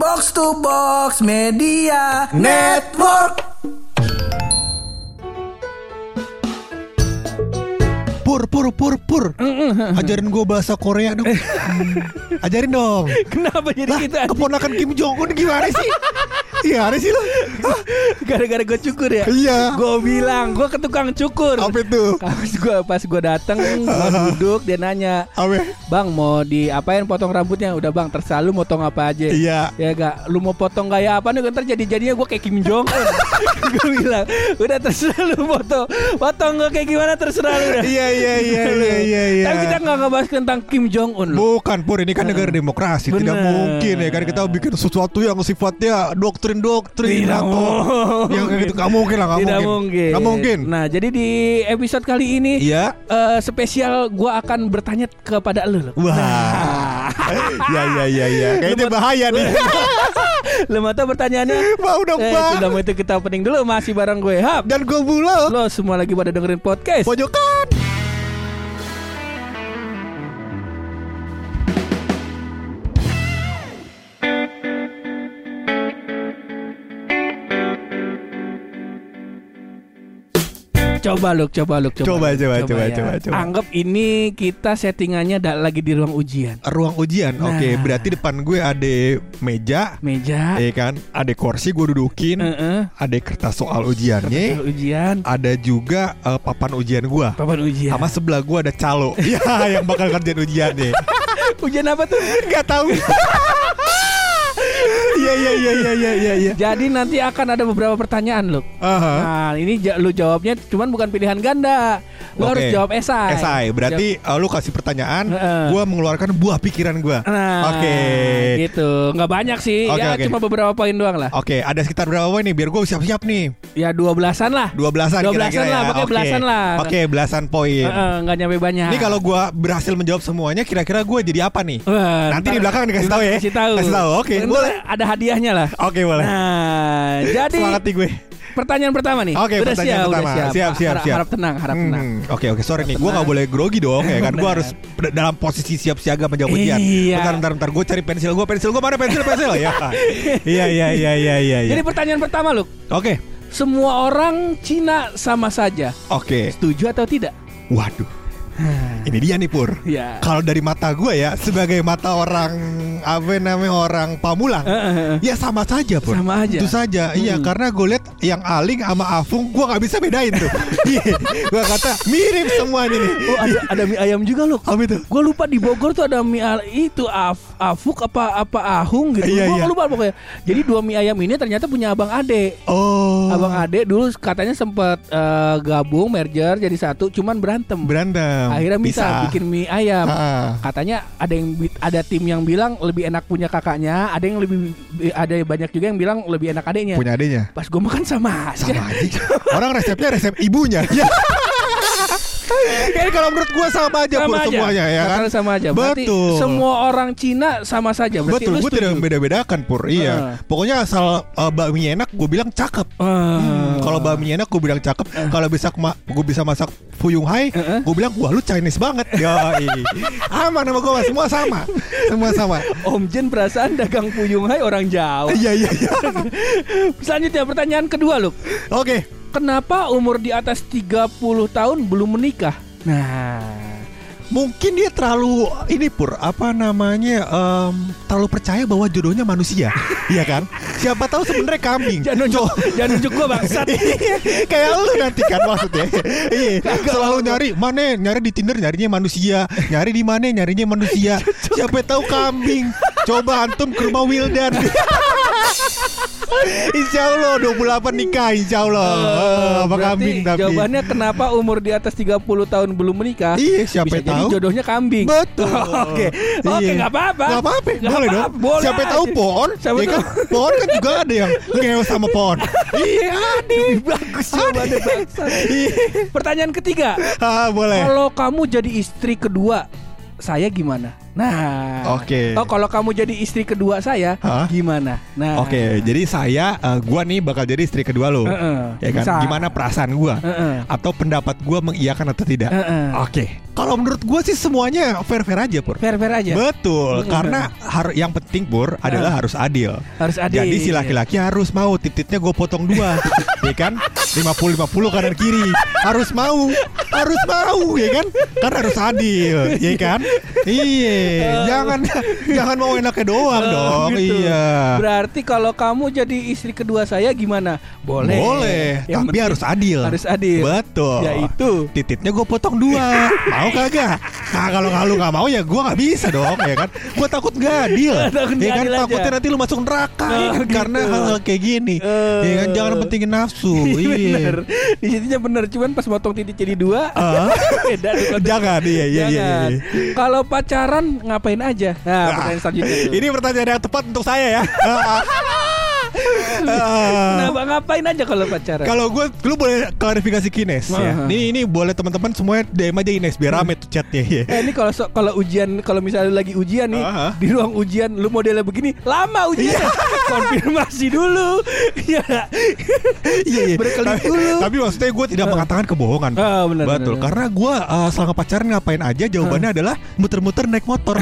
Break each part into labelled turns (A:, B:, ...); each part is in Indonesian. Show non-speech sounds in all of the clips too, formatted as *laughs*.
A: Box to Box Media Network.
B: Pur, pur, pur, pur. Ajarin gue bahasa Korea dong.
C: *laughs*
B: Ajarin dong.
C: Kenapa jadi gitu,
B: Lah,
C: kita
B: keponakan Kim Jong Un gimana sih? Iya, ada sih lo. Hah?
C: *laughs* gara-gara gue cukur ya?
B: Iya.
C: Gue bilang gue ke tukang cukur.
B: Apa itu?
C: Pas gue pas gue datang
B: *laughs*
C: gua duduk dia nanya,
B: Apa?
C: bang mau diapain potong rambutnya? Udah bang terserah lu mau potong apa aja.
B: Iya.
C: Ya gak, lu mau potong gaya apa nih? Ntar jadi jadinya gue kayak Kim Jong
B: *laughs*
C: Un. gue bilang, udah terserah lu potong, potong gue kayak gimana terserah lu. dah."
B: Iya, iya,
C: *laughs*
B: iya, iya, iya, iya.
C: Tapi kita gak ngebahas tentang Kim Jong Un. loh.
B: Bukan Pur ini kan negara demokrasi Tidak
C: Bener.
B: mungkin ya kan Kita bikin sesuatu yang sifatnya doktrin-doktrin
C: Tidak
B: atau
C: mungkin.
B: Yang kayak Iya, gitu Gak mungkin lah Gak
C: Tidak
B: mungkin
C: mungkin.
B: Gak mungkin
C: Nah, jadi di episode kali ini
B: Iya
C: eh, spesial gua akan bertanya kepada lu. Lu
B: *laughs* Wah Iya, iya, iya, iya Kayaknya
C: Lemot-
B: bahaya nih *laughs*
C: Lu mau tau pertanyaannya?
B: Mau dong
C: eh,
B: Bang.
C: sudah mau itu kita opening dulu masih bareng gue Hap.
B: Dan gue pula
C: Lo semua lagi pada dengerin podcast.
B: Pojokan
C: Coba lu, coba lu, coba.
B: Coba,
C: lu,
B: coba, coba, coba, coba.
C: Anggap ini kita settingannya da- lagi di ruang ujian.
B: Ruang ujian
C: Nah.
B: Oke berarti depan gue ada meja
C: Meja,
B: Ya kan Ada kursi gue dudukin
C: Heeh.
B: Ada kertas Eh, soal ujiannya
C: ujian,
B: Ada juga eh, papan ujian gue
C: papan ujian.
B: Sama sebelah gue ada calo *laughs* Ya yang bakal kerjain ujiannya
C: ujian apa tuh?
B: Gak *laughs* tahu. Iya iya iya iya iya iya. *laughs* iya.
C: Jadi nanti akan ada beberapa pertanyaan lo.
B: Aha.
C: Nah, ini ja- lu jawabnya cuman bukan pilihan ganda. Lu
B: Oke.
C: harus jawab esai.
B: Esai berarti uh, lu kasih pertanyaan,
C: Heeh.
B: gua mengeluarkan buah pikiran gua.
C: Nah,
B: Oke.
C: gitu. Nggak banyak sih.
B: Oke,
C: ya
B: oke.
C: cuma beberapa poin doang lah.
B: Oke, ada sekitar berapa poin nih biar gua siap-siap nih.
C: Ya dua belasan lah.
B: Dua belasan
C: Dua
B: kira-kira ya.
C: belasan lah, pakai
B: Oke.
C: belasan lah.
B: Oke, belasan poin.
C: Heeh, nggak nyampe banyak.
B: Iya. Ini kalau gua berhasil menjawab semuanya kira-kira gua jadi apa nih?
C: Wah,
B: Nanti
C: ntar-
B: di belakang dikasih
C: ntar
B: tahu ya.
C: Kasih tahu.
B: Kasih tahu, oke,
C: Ntar
B: boleh.
C: Ada hadiahnya lah.
B: Oke, boleh. *laughs*
C: Nah, jadi
B: Semangat nih gue.
C: pertanyaan pertama nih.
B: Oke,
C: Udah
B: pertanyaan
C: siap, udah
B: pertama. Siap, siap,
C: Harap-
B: siap.
C: Harap tenang, harap
B: Hmm,
C: tenang.
B: Oke oke sorry nih, gue
C: Tenang.
B: gak boleh grogi dong ya kan, gue
C: Benar.
B: harus ber- dalam posisi siap siaga menjawab ujian.
C: Iya.
B: Bentar bentar bentar, gue cari pensil gue, pensil gue mana pensil pensil
C: *laughs*
B: ya. Iya iya iya iya iya. iya.
C: Jadi pertanyaan pertama, Luk.
B: Oke
C: Semua orang Cina sama saja.
B: oke,
C: Setuju atau tidak?
B: waduh, ini dia nih pur.
C: Hmm. Ya.
B: Kalau dari mata gue ya, sebagai mata orang apa namanya orang Pamulang,
C: Heeh.
B: ya sama saja pur.
C: Sama aja. Hmm.
B: Itu saja, iya karena gue liat yang Aling sama Afung, gue nggak bisa bedain
C: *laughs*
B: tuh. Iya, gue kata mirip semuanya nih.
C: Oh ada ada mie ayam juga loh.
B: Apa itu?
C: Gue lupa di Bogor tuh ada mie al- itu af, afuk apa apa ahung gitu.
B: Iya,
C: Gua
B: iya.
C: lupa pokoknya. Jadi dua mie ayam ini ternyata punya abang Ade.
B: Oh,
C: Abang Ade dulu katanya sempet eh, gabung merger jadi satu, cuman berantem.
B: berantem.
C: Akhirnya bisa
B: Pisah.
C: bikin mie ayam.
B: Ah.
C: Katanya ada yang bi- ada tim yang bilang lebih enak punya kakaknya, ada yang lebih bi- ada banyak juga yang bilang lebih enak adeknya.
B: punya adanya
C: Pas gue makan sama aja.
B: sama aja orang resepnya resep
C: *laughs*
B: ibunya ya Kayaknya kalau menurut gua sama aja pur semuanya ya kan
C: Katakan sama aja. Berarti
B: Betul.
C: semua orang Cina sama saja. Berarti
B: betul
C: lu
B: gua tidak
C: setuju.
B: beda-bedakan pur iya pokoknya asal uh, bakminya enak gua bilang cakep
C: Ah.
B: Hmm, kalau bakminya enak gua bilang cakep kalau bisa ma- gua bisa masak fuyung hai
C: Eh.
B: gua bilang wah lu Chinese
C: *laughs*
B: banget ya aman sama gua semua sama semua sama
C: Om Jen perasaan dagang puyung hai orang Jawa.
B: *laughs*
C: *laughs*
B: iya iya iya
C: Selanjutnya pertanyaan kedua lu.
B: oke
C: Kenapa umur di atas 30 tahun belum menikah? *laughs* Nah,
B: mungkin dia terlalu ini pur apa namanya em, terlalu percaya bahwa jodohnya
C: *laughs*
B: manusia iya kan siapa tahu sebenarnya kambing
C: jangan nunjuk, jangan nunjuk gua bangsat.
B: Iya. kayak lu nanti kan maksudnya iya selalu nyari mana nyari di tinder nyarinya manusia nyari di mana nyarinya manusia siapa tahu kambing coba antum ke rumah
C: *laughs*
B: Wildan Insya Allah 28 nikah Insya Allah Eh, Apa
C: Oh, Berarti
B: kambing tapi
C: Jawabannya kenapa umur di atas 30 tahun belum menikah?
B: Iya siapa
C: Bisa jadi
B: tahu
C: jodohnya kambing.
B: Betul.
C: *laughs* Oke. Oke,
B: Iya.
C: nggak apa-apa.
B: Nggak apa-apa.
C: Nggak
B: Boleh
C: apa-apa,
B: dong.
C: boleh
B: Siapa
C: aja.
B: tahu
C: *laughs*
B: pohon?
C: Siapa
B: ya kan? Pohon kan juga ada yang ngeo sama
C: *laughs*
B: pohon. iya, ada.
C: Bagus jawabannya
B: Iya.
C: bangsat. Pertanyaan ketiga.
B: Ah, boleh.
C: Kalau kamu jadi istri kedua, saya gimana? Nah,
B: Oke.
C: Oh, kalau kamu jadi istri kedua saya
B: Hah?
C: gimana? Nah,
B: Oke, jadi saya eh, gua nih bakal jadi istri kedua lo.
C: Heeh,
B: ya kan?
C: bisa.
B: Gimana perasaan gua?
C: Heeh.
B: Atau pendapat gua mengiyakan atau tidak?
C: Heeh.
B: Oke. Kalau menurut gua sih semuanya fair-fair aja, Pur.
C: fair-fair aja.
B: Betul,
C: Mm-mm.
B: karena har- yang penting Pur adalah harus adil.
C: Harus adil.
B: Jadi si laki-laki harus mau titik-titiknya gue potong
C: *laughs*
B: dua, ya kan? 50-50 kanan kiri. Harus mau, harus mau, ya kan? Karena harus adil, ya kan? Iya, jangan jangan mau enaknya doang
C: Eh,
B: dong.
C: gitu.
B: Iya.
C: Berarti kalau kamu jadi istri kedua saya gimana? Boleh.
B: Boleh,
C: Yang
B: tapi
C: penting
B: harus adil.
C: harus adil.
B: Betul.
C: Yaitu.
B: tititnya gue potong
C: *laughs*
B: dua. mau kagak? Nah kalau nggak lu nggak mau ya gue nggak bisa dong ya kan. Gue takut nggak adil.
C: Takut
B: ya
C: nggak
B: kan
C: adil aja.
B: takutnya nanti lu masuk neraka ya
C: Oh,
B: kan? karena
C: gitu.
B: hal-hal kayak gini.
C: Eh.
B: Ya kan jangan pentingin nafsu.
C: *laughs* *laughs* bener.
B: Iya.
C: Di situnya bener cuman pas motong titik jadi dua.
B: Ah.
C: *laughs* beda tuh konteks.
B: Jangan iya iya iya.
C: Jangan.
B: iya.
C: Kalau pacaran ngapain aja? Nah,
B: Ah,
C: pertanyaan selanjutnya. tuh.
B: Ini pertanyaan yang tepat untuk
C: *laughs*
B: saya ya. Ah. Ah.
C: Kenapa ngapain aja kalau pacaran?
B: Kalau gue, lu boleh klarifikasi kines ya.
C: Aha.
B: Ini ini boleh teman-teman semuanya DM aja Ines biar rame tuh chatnya. ya.
C: Eh ini kalau so- kalau ujian kalau misalnya lu lagi ujian nih
B: Aha.
C: di ruang ujian lu modelnya begini lama ujian *laughs* konfirmasi dulu *laughs* ya
B: *laughs* Iya, iya.
C: berkelit
B: Tapi-
C: dulu
B: Tapi maksudnya gue tidak mengatakan kebohongan.
C: Ah, benar,
B: Betul.
C: benar.
B: Karena gue eh, selama pacaran ngapain aja jawabannya adalah muter-muter naik motor.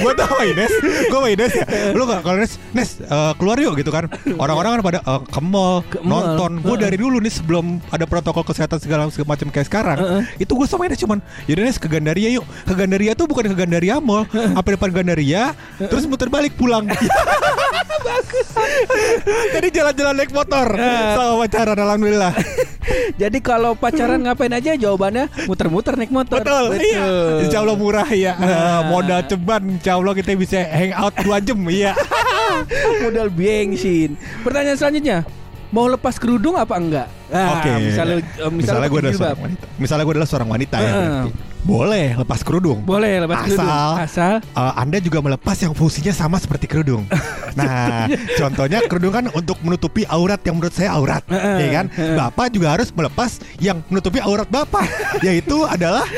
B: gue tau sama Ines Gue sama Ines ya Lu gak kalau Ines Nes eh, keluar yuk gitu kan Orang-orang kan pada eh, ke mall
C: Ke mall.
B: Nonton Gue
C: Heeh.
B: dari dulu nih sebelum Ada protokol kesehatan segala macam kayak sekarang
C: Heeh.
B: Itu gue sama Ines cuman Yaudah Nes ke Gandaria yuk Ke Gandaria tuh bukan ke Gandaria mall Sampai depan Gandaria Terus muter balik
C: *laughs*
B: pulang Jadi jalan-jalan naik motor
C: Eh.
B: Sama pacaran
C: *laughs*
B: Alhamdulillah
C: jadi kalau pacaran ngapain aja jawabannya muter-muter naik motor
B: Betul, iya. *laughs* Insya Allah murah ya.
C: Nah.
B: Modal ceban, insya Allah kita bisa hangout dua jam, iya.
C: modal bensin pertanyaan selanjutnya mau lepas kerudung apa enggak Ah, misalnya eh, misalnya,
B: misalnya gue
C: pakai
B: adalah
C: jilbab.
B: seorang wanita. Misalnya gue adalah seorang wanita ya.
C: Heeh.
B: berarti. Boleh lepas kerudung.
C: boleh lepas kerudung
B: Asal,
C: asal
B: eh, Anda juga melepas yang fungsinya sama seperti
C: *laughs*
B: kerudung. Nah, contohnya kerudung kan untuk menutupi aurat yang menurut saya aurat, ya
C: Heeh,
B: kan?
C: heeh.
B: Bapak juga harus melepas yang menutupi aurat
C: *laughs*
B: bapak, yaitu adalah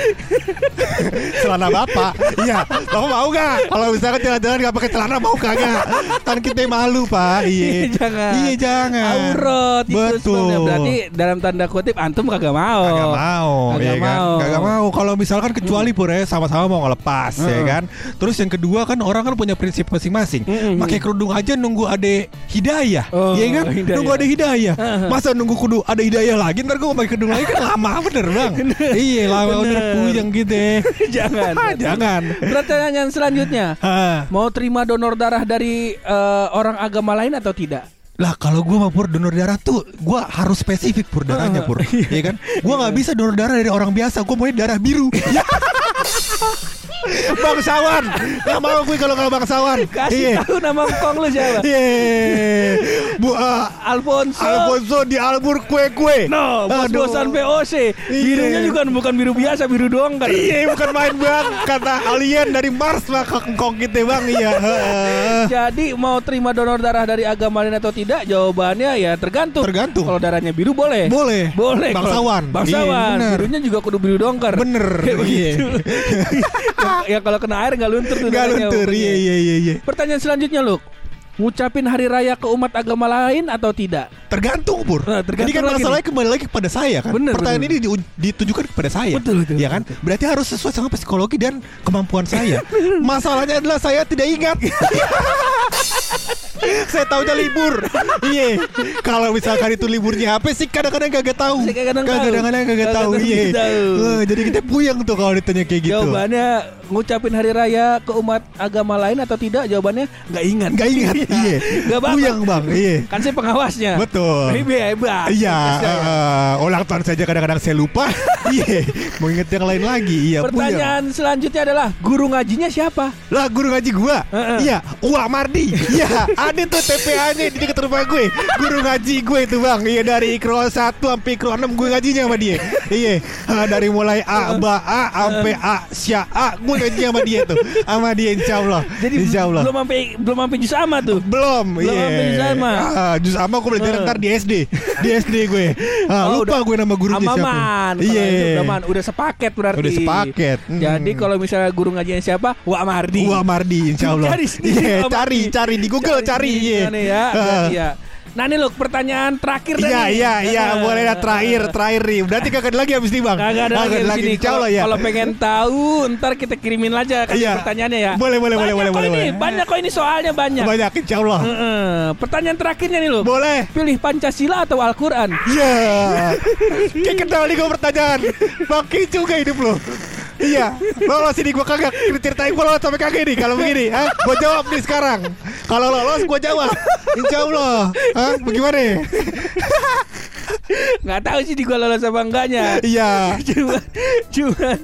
B: *laughs* celana bapak. Iya, bapak mau nggak? Kalau misalkan jalan-jalan nggak pakai celana mau kagak? Kan kita malu pak.
C: Iya,
B: Iya,
C: *laughs* jangan.
B: Iya jangan.
C: aurat itu
B: Betul.
C: sebenarnya. berarti dalam tanda kutip antum kagak mau
B: Kagak mau,
C: Oh, Kagak
B: ya kan?
C: mau.
B: Kagak mau. Kalau misalkan kecuali pure sama-sama mau ngelepas, ya kan? Terus yang kedua kan orang kan punya prinsip masing-masing.
C: Mm-mm.
B: Pakai kerudung aja nunggu ade hidayah,
C: Oh,
B: ya kan?
C: hidayah.
B: Nunggu ade hidayah. Masa nunggu kudu ada hidayah lagi, ntar gue pakai kerudung lagi kan lama bener bang. iya lama
C: *laughs* Bener.
B: bener puyeng gitu. ya.
C: *laughs* jangan
B: *laughs* Jangan.
C: pertanyaan
B: *laughs*
C: selanjutnya
B: Ah.
C: Mau terima donor darah dari eh, orang agama lain atau tidak?
B: Lah kalau gue mau pur donor darah tuh gue harus spesifik pur darahnya
C: *laughs*
B: pur,
C: Iya.
B: ya kan? Gue nggak bisa donor darah dari orang biasa, gue maunya darah biru.
C: *laughs*
B: Ya. bangsawan, nggak mau gue kalau nggak bangsawan.
C: Kasih
B: Iya,
C: tahu nama engkong lu
B: *laughs*
C: siapa?
B: iya. Bu eh,
C: Alfonso.
B: Alfonso di Albur kue kue.
C: No, bos-bosan VOC. Birunya
B: Iya.
C: juga bukan biru biasa, biru doang kan.
B: Iya bukan main bang, kata alien dari Mars lah kongkong kita bang iya. Heeh.
C: Jadi mau terima donor darah dari agama lain atau tidak? Jawabannya ya tergantung.
B: Tergantung.
C: Kalau darahnya biru boleh.
B: Boleh.
C: Boleh. Kalau-
B: Bangsawan.
C: Bangsawan.
B: Iya, bener.
C: Birunya juga kudu biru dongker. *laughs*
B: Bener.
C: Kayak begitu. *laughs* ya, ya kalau kena air nggak luntur tuh.
B: Gak
C: darahnya. ya.
B: luntur, iya iya iya. iya.
C: Pertanyaan selanjutnya, Luk. Ngucapin hari raya ke umat agama lain atau tidak?
B: Tergantung pur.
C: Nah, tergantung
B: Ini kan
C: lagi
B: masalahnya kembali lagi kepada saya kan.
C: Bener,
B: Pertanyaan
C: bener.
B: ini diu- ditujukan kepada saya.
C: Betul, betul,
B: Ya kan?
C: betul.
B: Berarti harus sesuai sama psikologi dan kemampuan
C: *laughs*
B: saya. Masalahnya adalah saya tidak ingat. saya tahunya libur. Iya. Kalau misalkan itu liburnya apa sih kadang-kadang kagak tahu.
C: Saya kagak tahu.
B: Kadang-kadang kagak tahu.
C: Kagak
B: Iya.
C: tahu.
B: Eh, jadi kita puyeng tuh kalau ditanya kayak gitu.
C: Jawabannya ngucapin hari raya ke umat agama lain atau tidak? Jawabannya nggak ingat.
B: Gak
C: *laughs*
B: ingat. Iya.
C: Nggak apa-apa.
B: Puyeng bang. Iya.
C: Kan saya pengawasnya.
B: Betul.
C: Hebat, hebat.
B: Iya,
C: Saya.
B: eh, ulang tahun saja kadang-kadang saya lupa. *laughs* Iya, mau inget yang lain lagi. Iya, punya.
C: Pertanyaan selanjutnya adalah guru ngajinya siapa?
B: Lah guru ngaji gua.
C: Heeh.
B: Iya, Wah Mardi. Iya, ada tuh TPA-nya di dekat rumah gue. Guru ngaji gue itu, Bang. Iya, dari Ikro 1 sampai Ikro eh, 6 gue ngajinya sama dia. Iya, Ah, dari mulai A, Ba, A sampai A, Sya, A gue benci sama dia tuh. Sama dia insya Allah.
C: Jadi
B: insya Allah.
C: belum sampai belum sampai jus sama tuh.
B: Belum, iya.
C: Belum sampai jus sama.
B: Ah, jus sama aku belajar
C: Eh.
B: ntar di SD. Di SD gue. Ah,
C: Oh,
B: lupa
C: udah-
B: gue nama gurunya
C: sama
B: siapa.
C: Man, kalau
B: Iya.
C: itu Udah man, udah sepaket berarti.
B: Udah sepaket. Hmm.
C: Jadi kalau misalnya guru ngajian siapa? Wak Mardi.
B: Gua Mardi insya Allah.
C: Cari sendiri,
B: Iya,
C: Wak
B: cari,
C: Mardi.
B: cari di Google, cari.
C: di
B: Iya.
C: sana ya.
B: Ah.
C: Iya.
B: *laughs*
C: Nah ini loh pertanyaan terakhir
B: Iya
C: dah nih.
B: iya
C: *laughs*
B: iya
C: Eh,
B: boleh dah terakhir terakhir nih. Berarti kagak ada lagi habis nih bang.
C: Kagak ada lagi, lagi
B: Insya
C: Kalau
B: Allah ya.
C: kalau pengen tahu ntar kita kirimin aja kasih
B: Iya.
C: pertanyaannya ya.
B: Boleh, boleh, boleh,
C: Banyak
B: boleh,
C: kok
B: boleh,
C: ini,
B: boleh.
C: Banyak kok ini soalnya banyak.
B: banyak insya Allah.
C: Heeh. Pertanyaan terakhirnya nih loh.
B: Boleh.
C: Pilih Pancasila atau Al-Quran?
B: Iya. *laughs* Kayak kenal nih gue pertanyaan. Pakai juga hidup lo. Iya, lolos ini gue kagak ceritain gue lolos sampai kagak nih kalau begini, ah, gue jawab nih sekarang. Kalau lolos gue jawab, insya Allah, ah, bagaimana?
C: Nggak tahu sih di gua lolos apa *laughs* enggaknya.
B: Iya,
C: cuman, cuman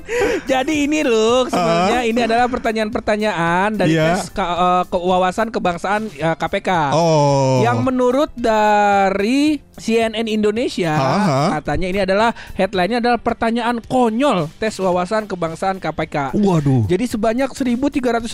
C: jadi ini loh sebenarnya ini adalah pertanyaan-pertanyaan dari
B: Iya.
C: tes ka- eh, kewawasan kebangsaan eh, KPK.
B: oh,
C: Yang menurut dari CNN Indonesia
B: Aha.
C: katanya ini adalah headline-nya adalah pertanyaan konyol tes wawasan kebangsaan KPK.
B: waduh,
C: Jadi sebanyak 1351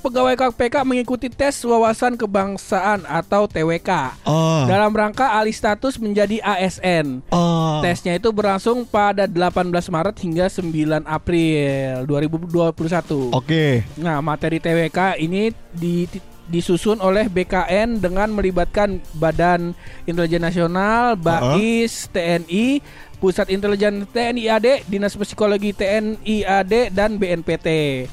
C: pegawai KPK mengikuti tes wawasan kebangsaan atau TWK
B: oh,
C: dalam rangka alih status menjadi ASN.
B: oh,
C: Tesnya itu berlangsung pada 18 Maret hingga 9 April 2021.
B: oke,
C: Nah, materi TWK ini di- disusun oleh BKN dengan melibatkan Badan Intelijen Nasional, BAIS, TNI, Pusat Intelijen TNI AD, Dinas Psikologi TNI AD dan BNPT.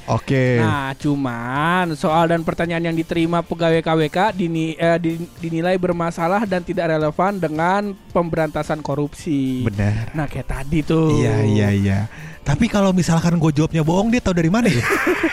B: oke,
C: Nah, cuman soal dan pertanyaan yang diterima pegawai KWK dini- eh, din- dinilai bermasalah dan tidak relevan dengan pemberantasan korupsi.
B: benar.
C: Nah, kayak tadi tuh.
B: Iya iya iya. Tapi kalau misalkan gue jawabnya bohong dia tahu dari mana
C: *laughs*
B: ya?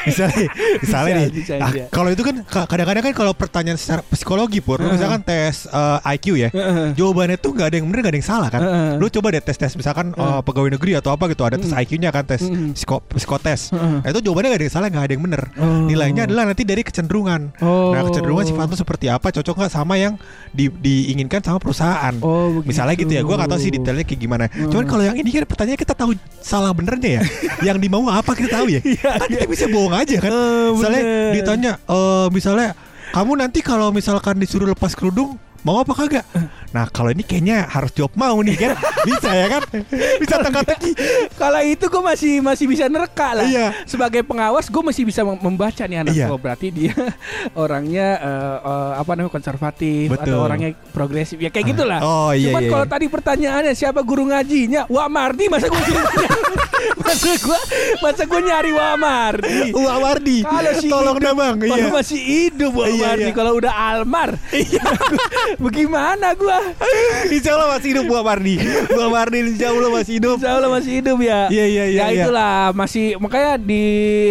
B: misalnya, misalnya
C: Bisa,
B: nih.
C: bisa,
B: ah,
C: bisa.
B: kalau itu kan ka- kadang-kadang kan kalau pertanyaan secara psikologi pur, lu misalkan tes eh, IQ ya,
C: Heeh.
B: jawabannya tuh nggak ada yang benar nggak ada yang salah kan?
C: Heeh.
B: Lu coba deh tes-tes misalkan eh, pegawai negeri atau apa gitu ada tes IQ-nya kan tes psiko- psikotes.
C: Heeh.
B: Nah, itu jawabannya nggak ada yang salah nggak ada yang benar.
C: Oh.
B: Nilainya adalah nanti dari kecenderungan.
C: Oh.
B: Nah kecenderungan sifat lu seperti apa cocok nggak sama yang di- diinginkan sama perusahaan.
C: Oh, begitu.
B: Misalnya gitu ya, gue gak tahu sih detailnya kayak gimana.
C: Hmm.
B: Cuman kalau yang ini kan pertanyaannya kita tahu salah
C: *laughs*
B: benernya ya. yang dimau apa kita tahu ya. kan kita bisa bohong aja kan. misalnya
C: Iya, Oh, bener.
B: ditanya, eh misalnya kamu nanti kalau misalkan disuruh lepas kerudung mau apa kagak?
C: Eh.
B: Nah kalau ini kayaknya harus jawab mau nih
C: *laughs*
B: kan. Bisa ya kan? Bisa
C: Iya.
B: teka-teki.
C: Kalau itu gue masih masih bisa nerka lah.
B: Iya.
C: Sebagai pengawas gue masih bisa mem- membaca nih anak
B: Iya.
C: gue berarti dia *laughs* orangnya eh, eh, apa namanya konservatif
B: Betul.
C: atau orangnya progresif ya kayak gitulah.
B: oh, iya,
C: Cuman
B: iya,
C: kalau
B: iya.
C: tadi pertanyaannya siapa guru ngajinya? Wah Mardi masa gue *laughs* masa gue masa gue nyari Wah Mardi.
B: Wah Wardi,
C: Kalau si
B: tolong
C: hidup,
B: dah bang.
C: Kalau masih hidup Wah
B: Iya,
C: Mardi
B: iya.
C: kalau udah Almar. Iya. *laughs* Bagaimana gue?
B: Insya Allah masih hidup Wah Wardi. Wah Wardi insya Allah masih hidup.
C: Insya Allah masih hidup ya.
B: Iya, iya, iya,
C: Ya
B: iya.
C: itulah masih makanya di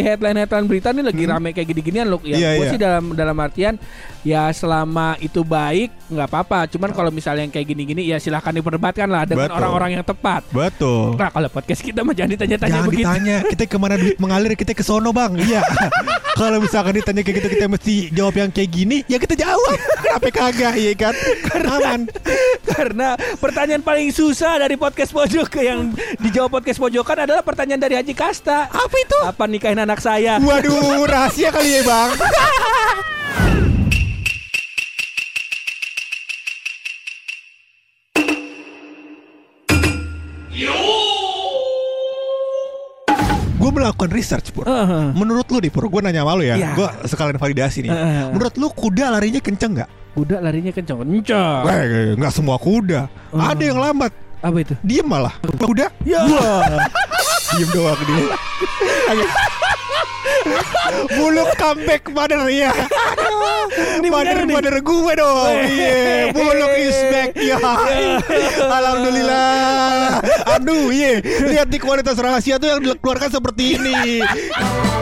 C: headline headline berita ini lagi rame kayak gini-ginian loh. Ya,
B: Iya,
C: gue
B: iya.
C: sih dalam dalam artian ya selama itu baik nggak apa-apa. Cuman kalau misalnya yang kayak gini-gini ya silahkan diperdebatkan lah dengan
B: Betul.
C: orang-orang yang tepat.
B: Betul.
C: Nah kalau podcast kita mah jangan ditanya-tanya
B: Jangan
C: begitu.
B: ditanya kita kemana duit mengalir kita ke sono bang Iya Kalau misalkan ditanya kayak gitu kita mesti jawab yang kayak gini Ya kita jawab Kenapa kagak iya kan Aman
C: *laughs* Karena pertanyaan paling susah dari podcast pojok yang dijawab podcast pojokan adalah pertanyaan dari Haji Kasta. Apa itu? Apa nikahin anak saya?
B: Waduh rahasia kali ya bang Gue melakukan research pur
C: Heeh.
B: Menurut lu nih Pur Gue nanya sama lu ya
C: Eh. Iya. Eh.
B: Gue sekalian validasi nih
C: Heeh.
B: Menurut lu kuda larinya kenceng gak?
C: Kuda larinya kencang. Kencang.
B: Eh, nggak semua kuda. Ada yang lambat.
C: Apa itu?
B: Diem malah. Kuda?
C: Hmm. Ya.
B: Wah. Diem doang dia. Agak- Buluk comeback mother ya. Ini mother
C: bener nih.
B: mother gue dong. Iya, Buluk is back ya. iya. Alhamdulillah. Aduh, iya. Lihat nih kualitas rahasia tuh yang dikeluarkan seperti ini.